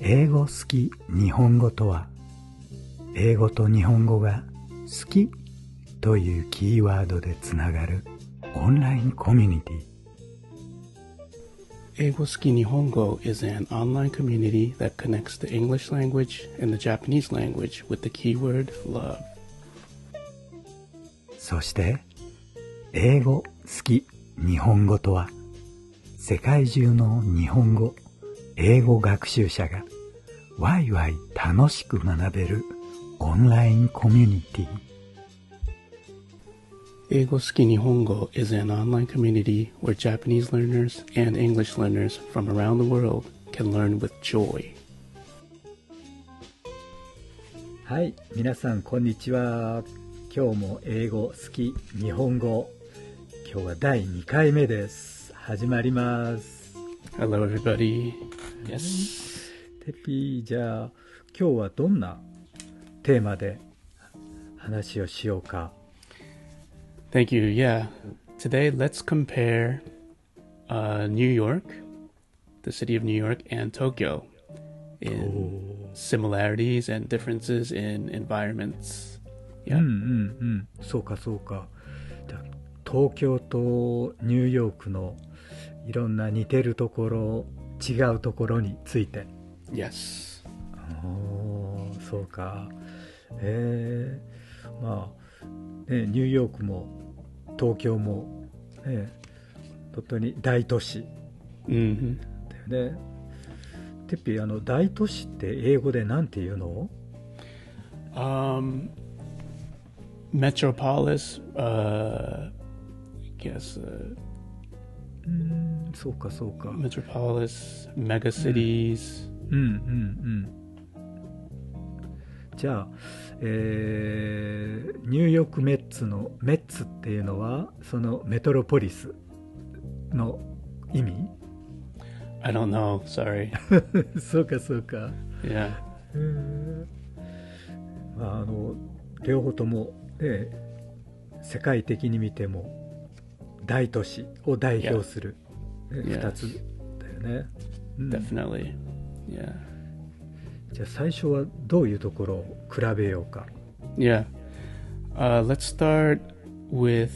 英語好き日本語とは英語と日本語が好きというキーワードでつながるオンラインコミュニティ Egoski Nihongo is an online community that connects the English language and the Japanese language with the keyword love. そして英語好き日本語とは世界中の日本語英語学習者がワイワイ楽しく学べるオンラインコミュニティ Egoski Nihongo is an online community where Japanese learners and English learners from around the world can learn with joy. はい皆さんこんにちは今日も英語好き日本語今日は第2回目です始まります Hello, everybody. Yes. テッピーじゃあ今日はどんなテーマで話をしようか Thank you. Yeah. Today, let's compare uh, New York, the city of New York, and Tokyo Oh. in similarities and differences in environments. うん Yeah. うんうんそうかそうかじゃあ東京とニューヨークのいろんな似てるところ違うところについて Yes. おーそうかえー、まあ、ね、ニューヨークも東京も、ね、本当に大都市 hmm だよねてっぴあの大都市って英語でなんて言うの Um, metropolis. Uh, I guess uh, うーんそうかそうか metropolis, megacities. うんうんうんじゃあ、えーニューヨークメッツのメッツっていうのはそのメトロポリスの意味 I don't know. Sorry. そうかそうか yeah. まああの両方とも、ね、世界的に見ても大都市を代表する、ね Yeah. 2つだよね、うん Definitely. Yeah. じゃあ最初はどういうところを比べようか Yeah. Uh, let's start with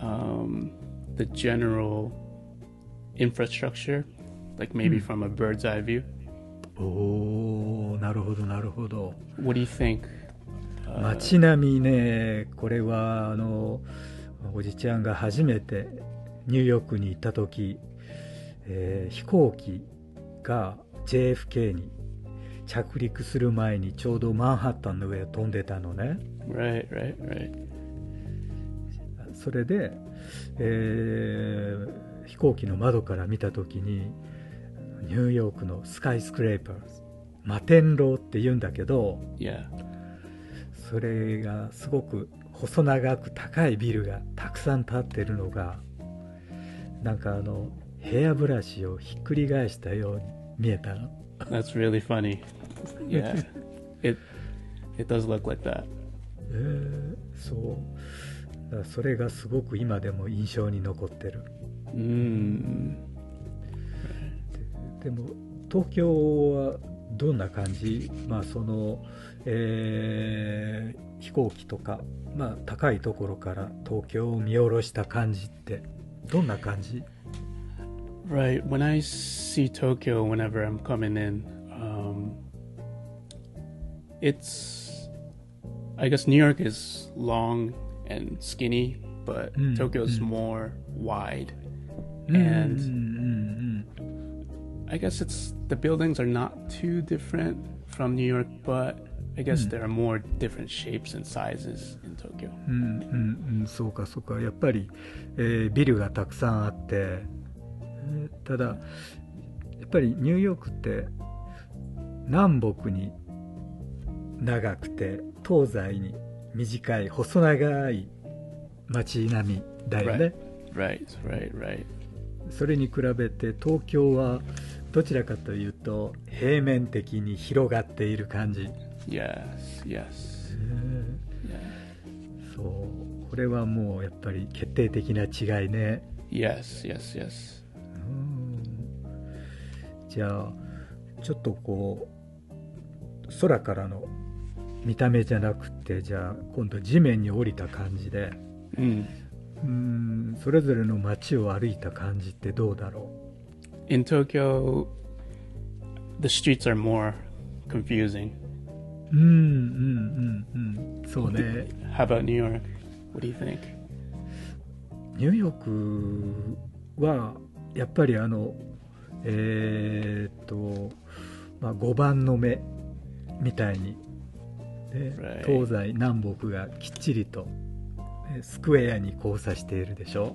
um, the general infrastructure, like maybe from a bird's eye view. おーなるほどなるほど What do you think? 街並みねこれはあのおじちゃんが初めてニューヨークに行った時、えー飛行機が JFK に着陸する前にちょうどマンハッタンの上を飛んでたのね Right, right, right. それで、えー飛行機の窓から見た時にニューヨークのスカイスクレーパー摩天楼って言うんだけど Yeah. それがすごく細長く高いビルがたくさん建ってるのがなんかあのヘアブラシをひっくり返したように見えたの That's really funny. Yeah. it it does look like that. えーそうだからそれがすごく今でも印象に残ってる Mm. でも東京はどんな感じまあその、えー飛行機とか、まあ、高いところから東京を見下ろした感じってどんな感じ Right. When I see Tokyo, whenever I'm coming in, um, it's. I guess New York is long and skinny, but Mm, Tokyo's mm. more wide. うんうん And うん、 I guess it's. The buildings are not too different from New York, but I guess there are more different shapes and sizes in Tokyo. うんうんうんそうかそうかやっぱり、えービルがたくさんあって、えーただやっぱりニューヨークって南北に長くて東西に短い細長い街並みだよね、 Right. Right, right, right. それに比べて東京はどちらかというと平面的に広がっている感じ Yes, yes. Yeah. そうこれはもうやっぱり決定的な違いね Yes, yes, yes. うんじゃあちょっとこう空からの見た目じゃなくてじゃあ今度地面に降りた感じで Mm. うーんそれぞれの街を歩いた感じってどうだろ In Tokyo, the streets are more confusing. ううんうんうんうんそうね How about New York? What do you think? ニューヨークはやっぱりあのえーっと、まあ、5番の目みたいに、で Right. 東西南北がきっちりとえスクエアに交差しているでしょ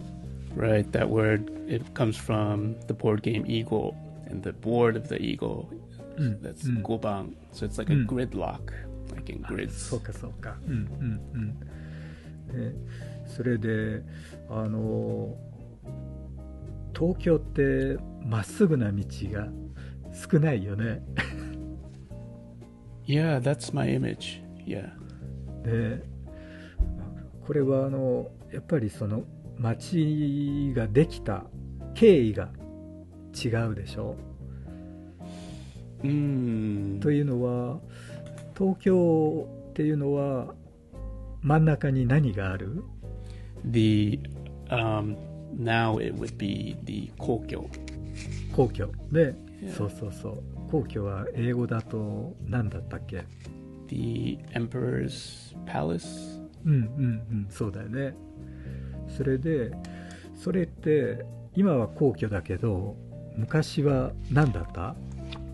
Right, that word it comes from the board game Eagle, and the board of the Eagle, Mm, that's mm. gobang. So it's like a Mm. gridlock, like in grids. そうかそうかうんうんうんでそれであの東京ってまっすぐな道が少ないよね Yeah, that's my image. Yeah, でこれはあのやっぱりその町ができた経緯が違うでしょ mm. というのは東京っていうのは真ん中に何がある the um, now it would be the kokyo. 皇居で Yeah. そうそうそう皇居は英語だと何だったっけ the emperor's palace. うんうんうんそうだよねそれでそれって今は皇居だけど昔は何だった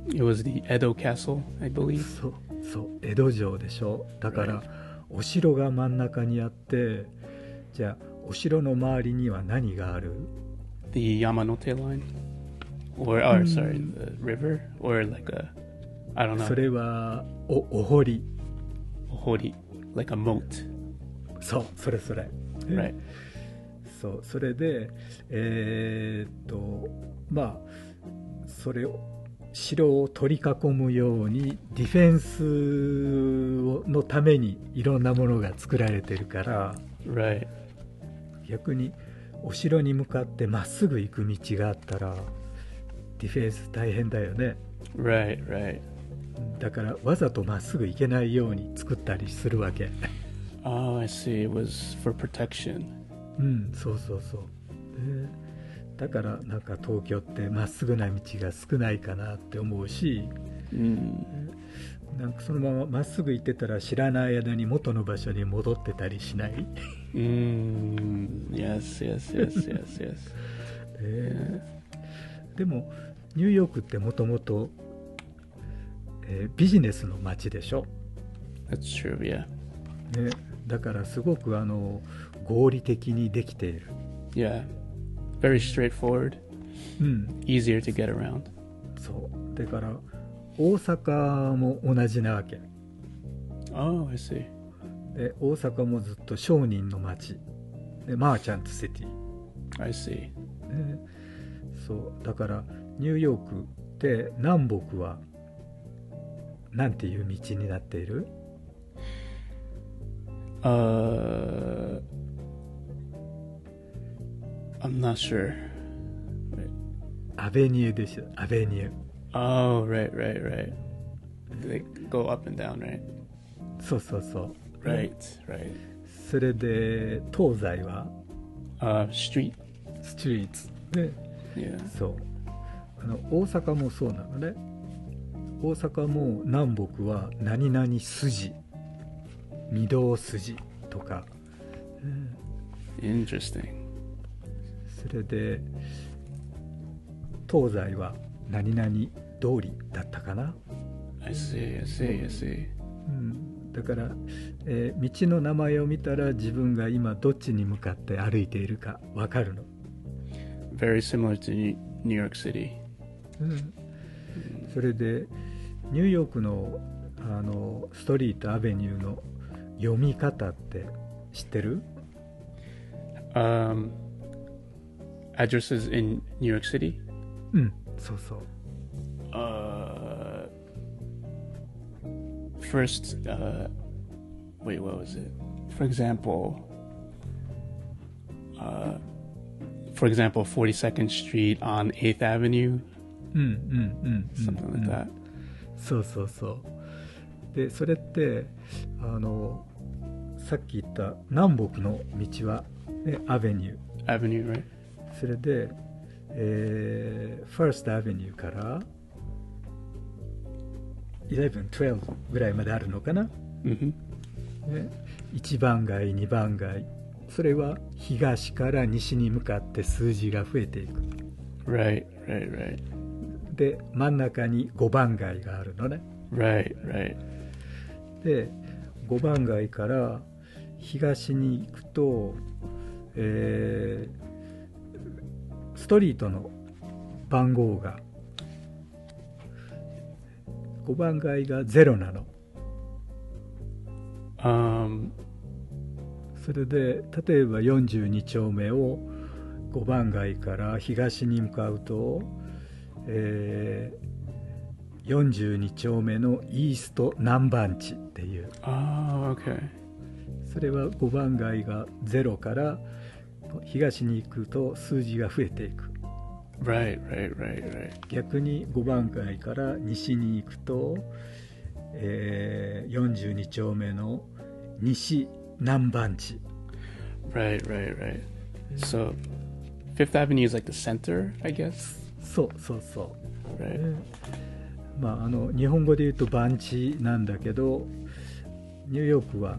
It was the Edo Castle, I believe. そうそう江戸城でしょだからお城が真ん中にあってじゃあお城の周りには何がある The Yamanote line, or or sorry, Mm. the river, or like a, I don't know, それはおお堀 hori, like a moat, そうそれそれ right? そうそれでえーっとまあそれを城を取り囲むようにディフェンスをのためにいろんなものが作られてるから。 Right. 逆にお城に向かってまっすぐ行く道があったらディフェンス大変だよね Right, right. だからわざとまっすぐ行けないように作ったりするわけ Oh, I see. It was for protection. うんそうそうそうでだからなんか東京ってまっすぐな道が少ないかなって思うし Mm. なんかそのまままっすぐ行ってたら知らない間に元の場所に戻ってたりしない Mm. Yes, yes, yes, yes, yes. えーでもニューヨークってもともとえービジネスの街でしょ That's true. Yeah. ね、だからすごくあの合理的にできている、 Yeah. Very straightforward. うん、 Easier to get around. そうだから大阪も同じなわけ Oh, I see. で大阪もずっと商人の町でマーチャントシティ、 I see. ね、そうだからニューヨークって南北はなんていう道になっている Uh, I'm not sure. アベニューですアベニュー Oh, right, right, right. They go up and down, right? そうそうそう Right, right. それで東西は Uh, street. ストリートで Yeah. そうあの大阪もそうなのね大阪も南北は何々筋御堂筋とか Interesting. それで東西は何々通りだったかな、 I see. I see. I see. うん、だから、えー道の名前を見たら自分が今どっちに向かって歩いているか分かるの、 Very similar to New New York City. うん、それでニューヨークのあのストリートアベニューの読み方って知ってる Um, addresses in New York City. うんそうそう Uh, first, uh, wait, what was it? For example, uh, for example, 42nd Street on 8th Avenue, うんうんうんうん Mm-hmm. something like that. そうそうそうでそれってあのさっき言った南北の道は、ね、アベニュー Avenue, right? それで、えー、First Avenue から11、12ぐらいまであるのかな、ね、 Mm-hmm. 1番街、2番街それは東から西に向かって数字が増えていく Right, right, right. で真ん中に5番街があるのね Right, right. で5番街から東に行くと、えーストリートの番号が5番街が0なの Um, それで例えば42丁目を5番街から東に向かうと、えー42丁目のイースト南番地っていう oh, okay. それは5番街が0から東に行くと数字が増えていく Right, right, right, right. 逆に5番街から西に行くと、えー42丁目の西南番地 Right, right, right. So, Fifth Avenue is like the center, I guess. そうそうそう Right. まあ、あの日本語で言うと番地なんだけどニューヨークは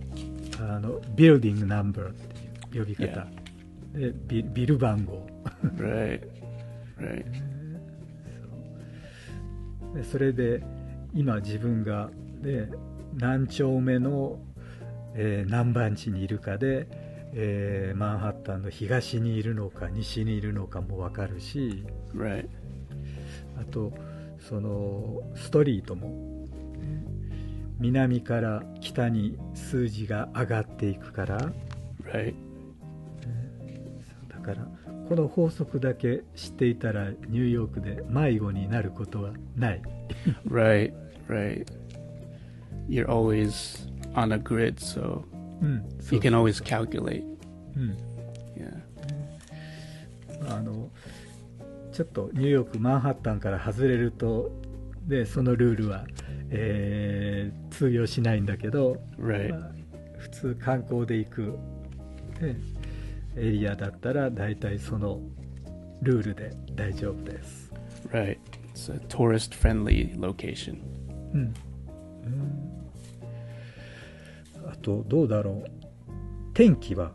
あのビルディングナンバーっていう呼び方、でビビル番号 Right, right. でそれで今自分が、ね、何丁目の、えー何番地にいるかで、えーマンハッタンの東にいるのか西にいるのかも分かるし Right. あとそのストリートも南から北に数字が上がっていくから Right. だからこの法則だけ知っていたらニューヨークで迷子になることはない。 Right. Right. You're always on a grid, so うん、そう you can always calculate. うん、 Yeah. あのちょっとニューヨークマンハッタンから外れるとでそのルールは、えー通用しないんだけど、 Right. まあ普通観光で行く、ねエリアだったら大体そのルールで大丈夫です、 Right. It's a tourist friendly location. うんあとどうだろう天気は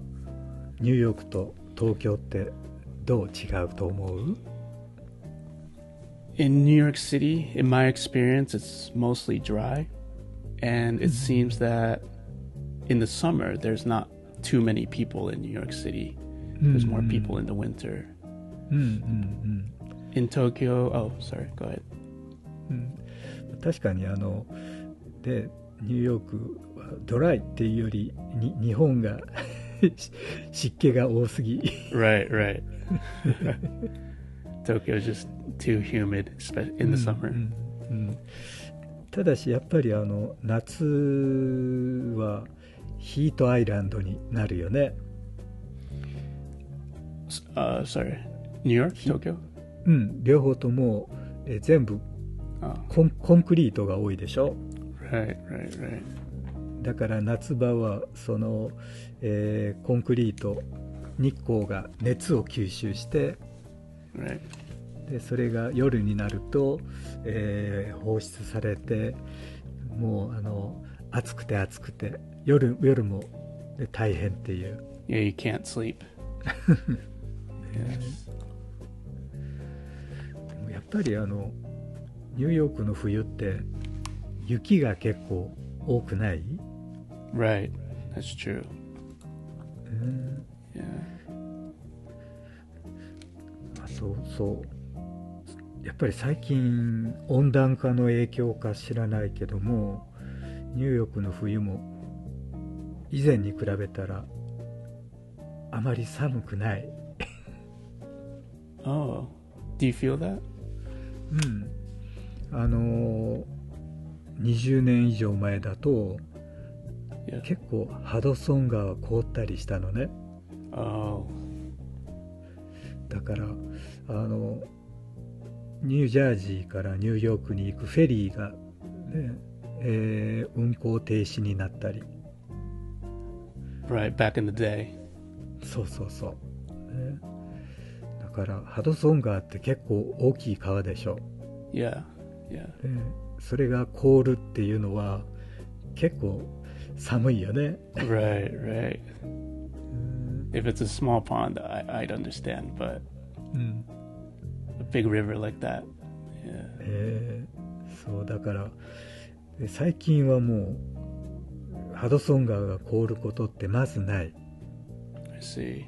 ニューヨークと東京ってどう違うと思う In New York City, in my experience, it's mostly dry. And it seems that in the summer, there's not too many people in New York City. There's more people in the winter. うんうん、 In Tokyo, oh, sorry, go ahead. うん、確かにあのでニューヨークはドライっていうよりに日本が し湿気が多すぎ Right, right. Tokyo's just too humid spe- in the summer. ただしやっぱりあの夏はヒートアイランドになるよね S- Uh, sorry, New York, Tokyo. うん両方ともえ全部 Oh, コンコンクリートが多いでしょ right, right, right. だから夏場はその、えーコンクリート日光が熱を吸収して、 Right. でそれが夜になると、えー放出されてもうあの暑くて暑くて夜夜もで大変っていう Yeah, you can't sleep. yes. でもやっぱりあのニューヨークの冬って雪が結構多くない Right. That's true. Yeah. あそうそうやっぱり最近温暖化の影響か知らないけどもニューヨークの冬も以前に比べたらあまり寒くない、 Oh, do you feel that? うん、あのー20年以上前だと Yeah. 結構ハドソン川凍ったりしたのね Oh, だからあのニュージャージーからニューヨークに行くフェリーがで、えー運行停止になったり Right, back in the day. そうそうそう、ねだからハドソン川って結構大きい川でしょ Yeah, yeah. でそれが凍るっていうのは結構寒いよね Right, right. If it's a small pond, I, I'd understand, but うん、 a big river like that, yeah. えーそうだからで最近はもうハドソン川が凍ることってまずない、 I see,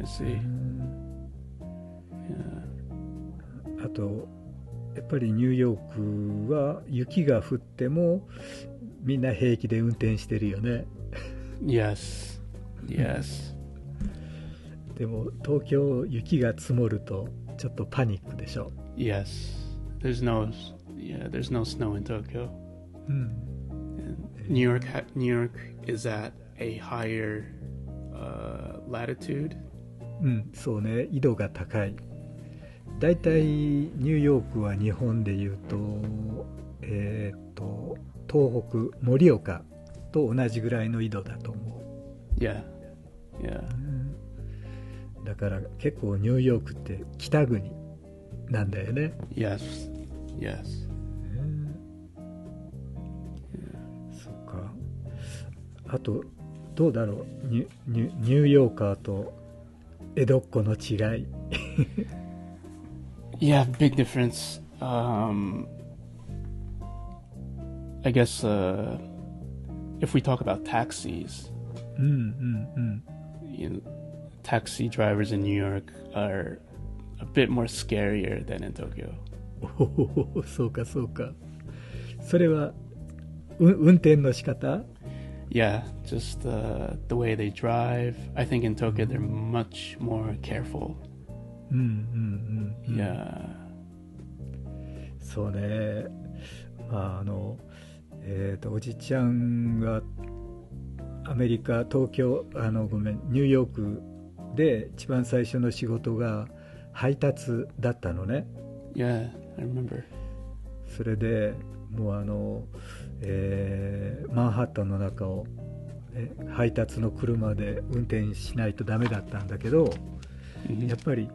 I see. あとやっぱりニューヨークは雪が降ってもみんな平気で運転してるよね Yes, yes. でも東京雪が積もるとちょっとパニックでしょ、 Yes. There's no yeah, there's no snow in Tokyo. うん、 And New York ha- New York is at a higher uh, latitude. うん、そうね緯度が高いだいたいニューヨークは日本でいうとえーっと東北盛岡と同じぐらいの緯度だと思 Yeah. Yeah. うだから結構ニューヨークって北国なんだよね Yes. Yes. そっかあとどうだろうニュニュニューヨーカーと江戸っ子の違い Yeah, big difference. Um I guess uh if we talk about taxis, うんうん you know, taxi drivers in New York are a bit more scarier than in Tokyo. うんおほほほそうかそうかそれはう運転の仕方 Yeah, just uh, the way they drive. I think in Tokyo they're much more careful. うんうんうん、 Yeah, そうねまああのえーとおじちゃんがアメリカ東京あのごめんニューヨークで一番最初の仕事が配達だったのね yeah, I remember. それでもうあの、えーマンハッタンの中をえ配達の車で運転しないとダメだったんだけど Mhm. やっぱり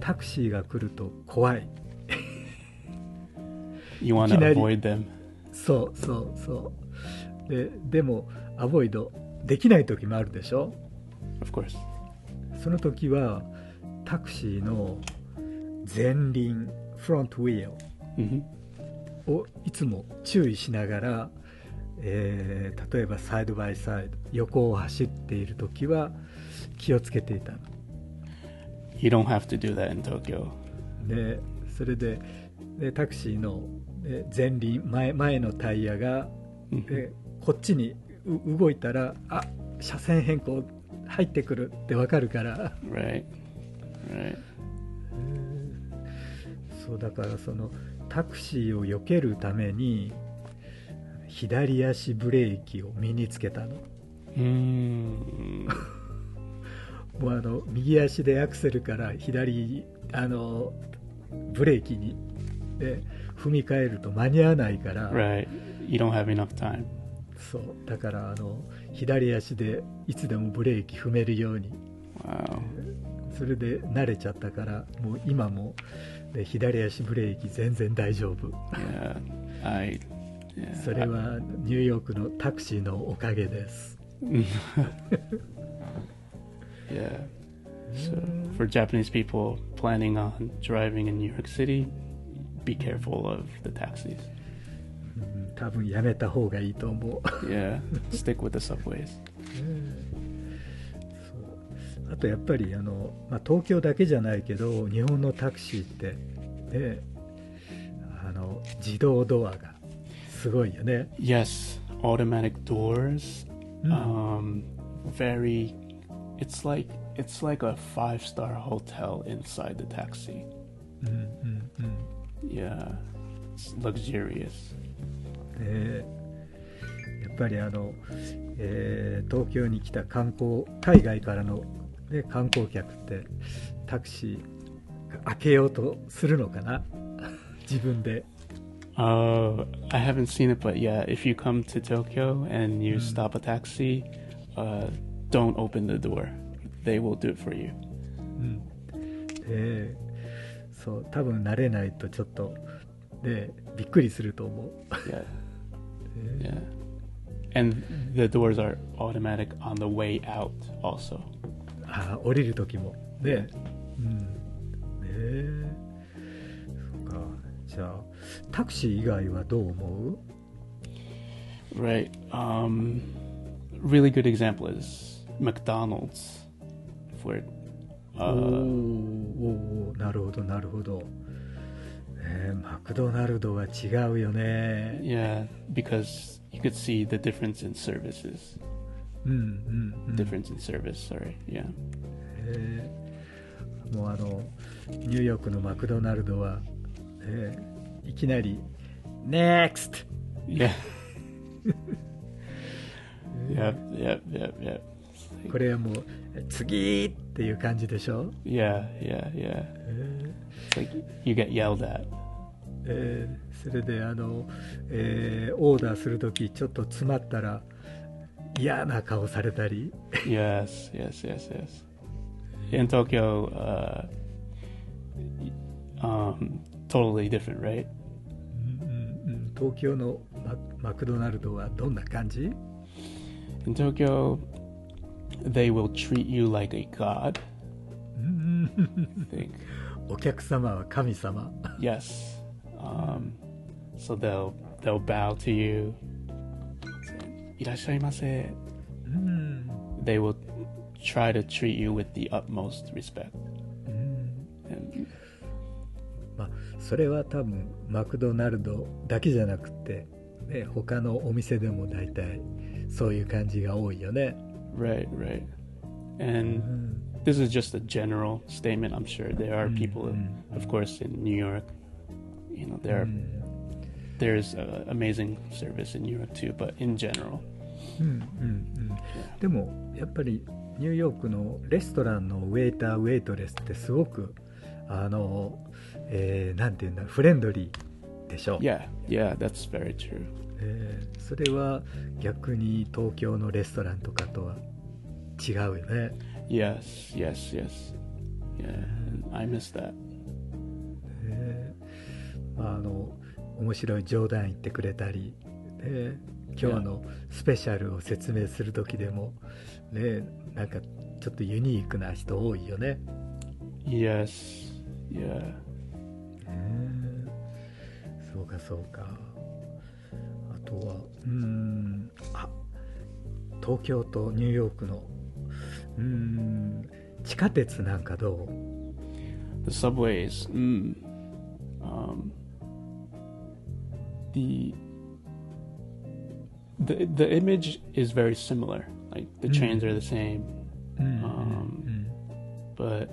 タクシーが来ると怖い You want to Kinari- avoid them. そうそうそうででもアボイドできない時もあるでしょ Of course. その時はタクシーの前輪フロントウィー hmm ルをいつも注意しながら、えー例えばサイドバイサイド横を走っている時は気をつけていたの You don't have to do that in Tokyo. でそれででタクシーのえ前輪前前のタイヤが Mhm. でこっちにう動いたらあ車線変更入ってくるってわかるから Right, right. そうだからそのタクシーを避けるために左足ブレーキを身につけたの Mm. もうあの右足でアクセルから左あのブレーキにで踏み替えると間に合わないから、 right. You don't have enough time. そうだからあの左足でいつでもブレーキ踏めるように Wow. それで慣れちゃったからもう今もで左足ブレーキ全然大丈夫 Yeah. I. Yeah. それはニューヨークのタクシーのおかげです、 yeah. So for Japanese people planning on driving in New York City, be careful of the taxis. うん多分やめた方がいいと思う Yeah, stick with the subways. そうあとやっぱりあの、まあ、東京だけじゃないけど日本のタクシーって、ね、あの自動ドアがすごいよね Yes, automatic doors. Mm. Um, very. It's like it's like a five-star hotel inside the taxi. うんうんうん Yeah, it's luxurious. ねやっぱりあの、えー東京に来た観光海外からの、ね、観光客って タクシー開けようとするのかな自分で Oh, I haven't seen it, but yeah, if you come to Tokyo and you stop a taxi, uh, don't open the door. They will do it for you. でそう多分慣れないとちょっとでびっくりすると思う Yeah. yeah. And the doors are automatic on the way out, also. あー降りる時もねうんねえそうかじゃあタクシー以外はどう思う Right. Um, really good example is McDonald's. For, おー uh, おーなるほどなるほど、ねえマクドナルドは違うよね yeah, because you could see the difference in services. うんうん、うん、 Difference in service, sorry. Yeah. えーもうあのニューヨークのマクドナルドは、えーいきなり「NEXT!」 Yeah. yep, yep, yep, yep. It's like- これはもう「次!」っていう感じでしょ、 Yeah, yeah, yeah. えー It's like you get yelled at. えーそれであの、えーオーダーする時ちょっと詰まったら嫌な顔されたり Yes, yes, yes, yes. In Tokyo, uh, y- um, totally different, right? うんうんうん東京のママクドナルドはどんな感じ In Tokyo, they will treat you like a god. I think お客様は神様 yes. Um, so they'll they'll bow to you. いらっしゃいませ.うん They will try to treat you with the utmost respect. うん、 And まあ、それは多分マクドナルドだけじゃなくて、ね、他のお店でも大体そういう感じが多いよね。 right, right. And this is just a general statement. I'm sure there are people, of course, in New York. You know, there are, Mm-hmm. there's uh, amazing service in New York too, but in general, うんうんうん、でもやっぱりニューヨークのレストランのウェイターウェイトレスってすごくあの、えーなんていうんだフレンドリーでしょ、 yeah, yeah, that's very true. えーそれは逆に東京のレストランとかとは違うよね。 Yes, yes, yes. Yeah, and I miss that. ねまあ、あの面白い冗談言ってくれたり、ね、今日のスペシャルを説明する時でも、ね、なんかちょっとユニークな人多いよね。 Yes, yeah. そうかそうかあとはうーんあ東京とニューヨークのうーん地下鉄なんかどう The subways. Mm. Um, the the the image is very similar. Like the trains are the same. うん Um, but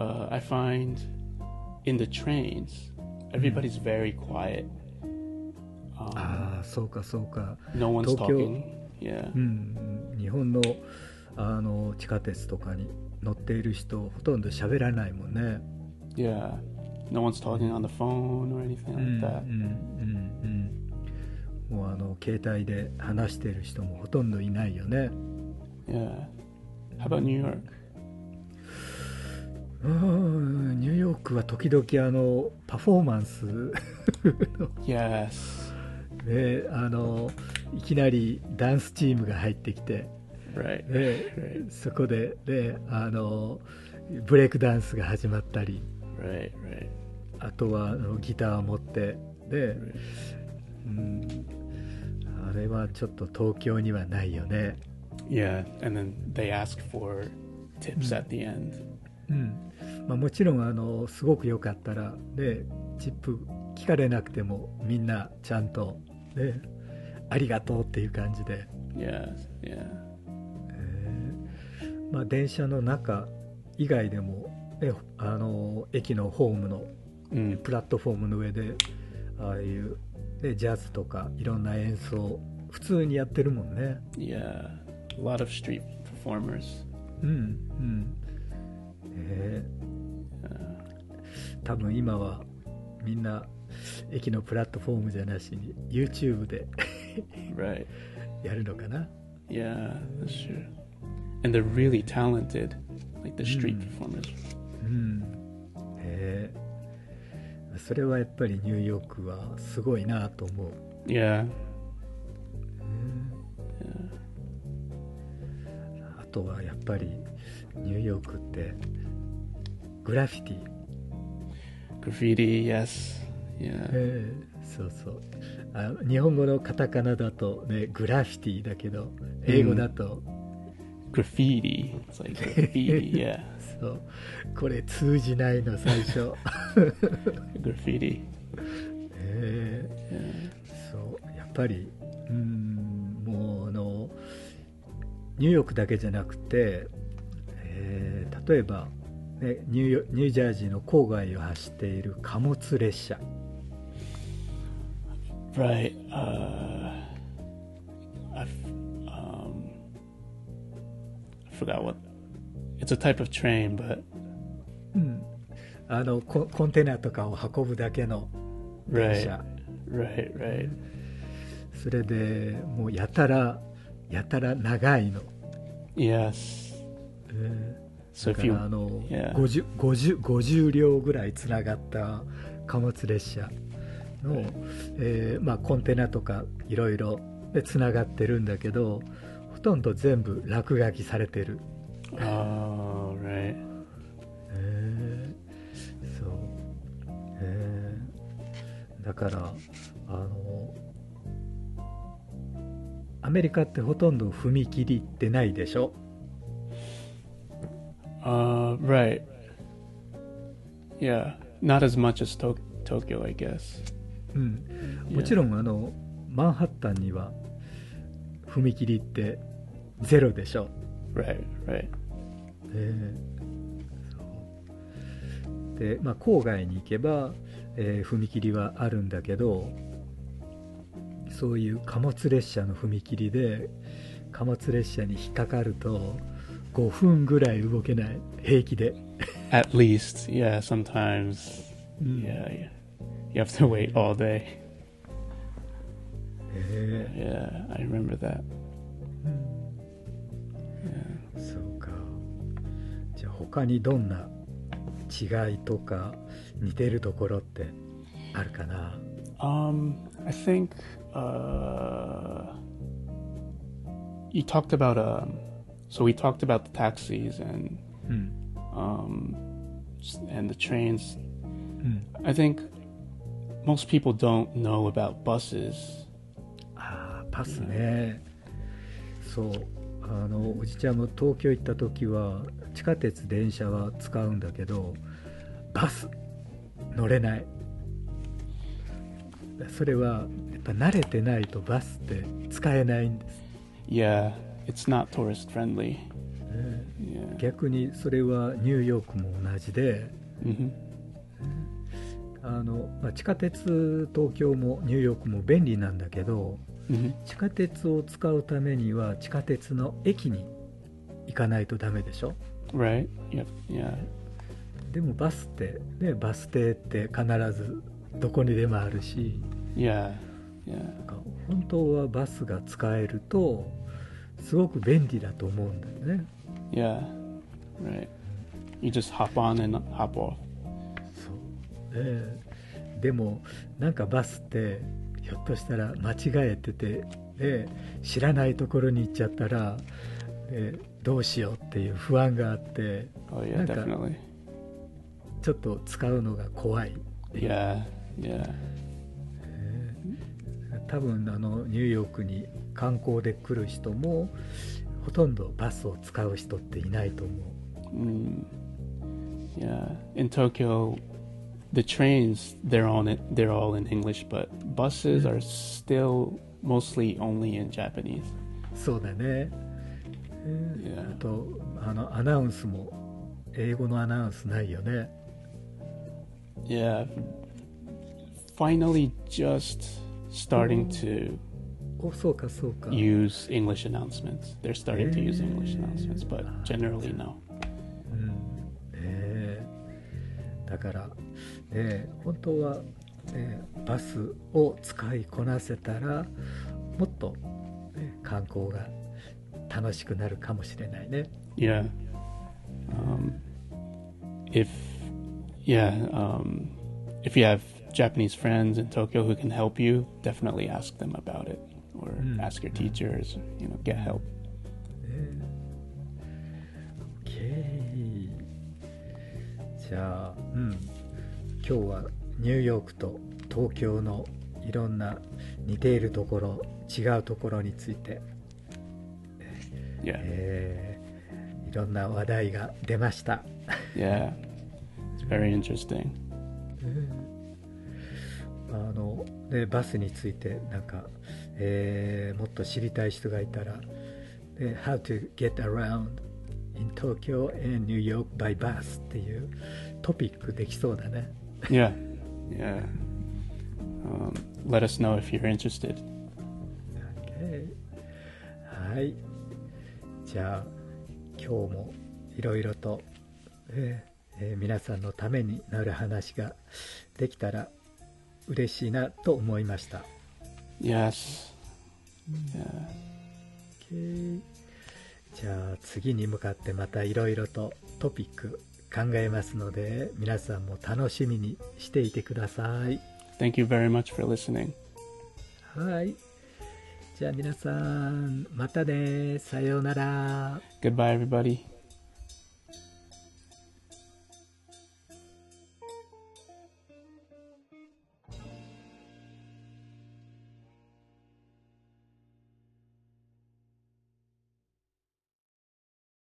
uh, I find in the trains, everybody's very quiet. Um, ああそうかそうか no one's Tokyo- talking. Yeah. うん、日本のあの地下鉄とかに乗っている人ほとんど喋らないもんね。 Yeah. No one's talking on the phone or う anything んう like ん that. うんうんもうあの携帯で話している人もほとんどいないよね。 Yeah. How about New York? うんニューヨークは時々あのパフォーマンス の Yes. ねあのいきなりダンスチームが入ってきて、 Right. ね、そこで、ね、あのブレイクダンスが始まったり。 Right. Right. あとはあのギターを持ってで、うん、あれはちょっと東京にはないよね。 Yeah. And then they ask for tips at the end. うんまあ、もちろんあのすごく良かったらでチップ聞かれなくてもみんなちゃんと、ね、ありがとうっていう感じで、 Yeah. Yeah. まあ、電車の中以外でも、ね、あの駅のホームの Mm. プラットフォームの上でああいう、ね、ジャズとかいろんな演奏普通にやってるもんね。 Yeah. A lot of street performers. うんうん Uh, えー多分今はみんな駅のプラットフォームじゃなしに YouTube で Right. やるのかな Yeah, that's true. And they're really talented, like the street Mm. performers. うんへえそれはやっぱりニューヨークはすごいなと思う Yeah. あとはやっぱりニューヨークってグラフィティ Graffiti, yes. Yeah. ええそうそうあ日本語のカタカナだとねグラフィティだけど英語だと、 Graffiti. It's like graffiti, yeah. そうこれ通じないの最初 Graffiti. ええ Yeah. そうやっぱりうんもうあのニューヨークだけじゃなくて、えー例えば、ね、ニューヨニュージャージーの郊外を走っている貨物列車 Right. Uh, I've, um, I forgot what. It's a type of train, but あのココンテナとかを運ぶだけの電 right, 車 right, right. それでもうやたらやたら長いの、 Yes. えー So だ if か you, らあの yeah. 50, 50, 50両ぐらいつながった貨物列車の、はいえーまあ、コンテナとかいろいろでつながってるんだけどほとんど全部落書きされてる oh, right. へえそうへえだからあのアメリカってほとんど踏切ってないでしょ Uh, right. Yeah. Not as much as to- Tokyo, I guess. うん、 Yeah. もちろんあのマンハッタンには踏切ってゼロでしょ、 Right, right. えそうで、まあ、郊外に行けば、えー踏切はあるんだけどそういう貨物列車の踏切で貨物列車に引っかかると5分ぐらい動けない平気で、 At least, yeah, sometimes. うんへ Yeah, yeah. You have to wait all day. え Yeah, I remember that. そうかじゃあ他にどんな違いとか似てるところってあるかな Um, I think uh, you talked about um, so we talked about the taxis and うん、 um, s- and the trains. うん、 I think most people don't know about buses. ああパスねそうあのおじちゃんも東京行った時は地下鉄電車は使うんだけどバス乗れないそれはやっぱ慣れてないとバスって使えないんです Yeah, it's not tourist friendly. Yeah. 逆にそれはニューヨークも同じで hmm あのまあ地下鉄東京もニューヨークも便利なんだけど hmm 地下鉄を使うためには地下鉄の駅に行かないとダメでしょ Right. Yep. Yeah. でもバスって、ね、バス停って必ずどこにでもあるし Yeah. Yeah. なんか本当はバスが使えるとすごく便利だと思うんだよね Yeah. Right. You just hop on and hop そう、off. ええでもなんかバスってひょっとしたら間違えてて、ね、知らないところに行っちゃったら、ねどうしようっていう不安があって Oh yeah, Like that. definitely. ちょっと使うのが怖い Yeah. Yeah. 多分あのニューヨークに観光で来る人もほとんどバスを使う人っていないと思う Mm. Yeah. In Tokyo, the trains they're on it. They're all in English, but buses are still mostly only in Japanese. そうだね、ええ Yeah. あとあのアナウンスも英語のアナウンスないよね Yeah. Finally, just starting to おそうかそうか use English announcements. They're starting to use English Eh. announcements, but generally no. うんねえだから、ねえ、本当はえーバスを使いこなせたらもっと、ね観光が楽しくなるかもしれないね。 Yeah. Um, if yeah, um, if you have Japanese friends in Tokyo who can help you, definitely ask them about it or Mm. ask your teachers. You know, get help. ね OK じゃあ、うん、今日はニューヨークと東京のいろんな似ているところ違うところについて、 Yeah, えーいろんな話題が出ました。 yeah. It's very interesting. あのね、バスについてなんか、えーもっと知りたい人がいたら、ね How to get around in Tokyo and New York by bus っていうトピックできそうだね。 Yeah, yeah. Um, let us know if you're interested. Okay はい。じゃあ今日もいろいろと、えーえー皆さんのためになる話ができたら嬉しいなと思いました。 Yes. Yeah. OK じゃあ次に向かってまたいろいろとトピック考えますので皆さんも楽しみにしていてください Thank you very much for listening. はいじゃあ皆さんまたねさようなら Goodbye, everybody.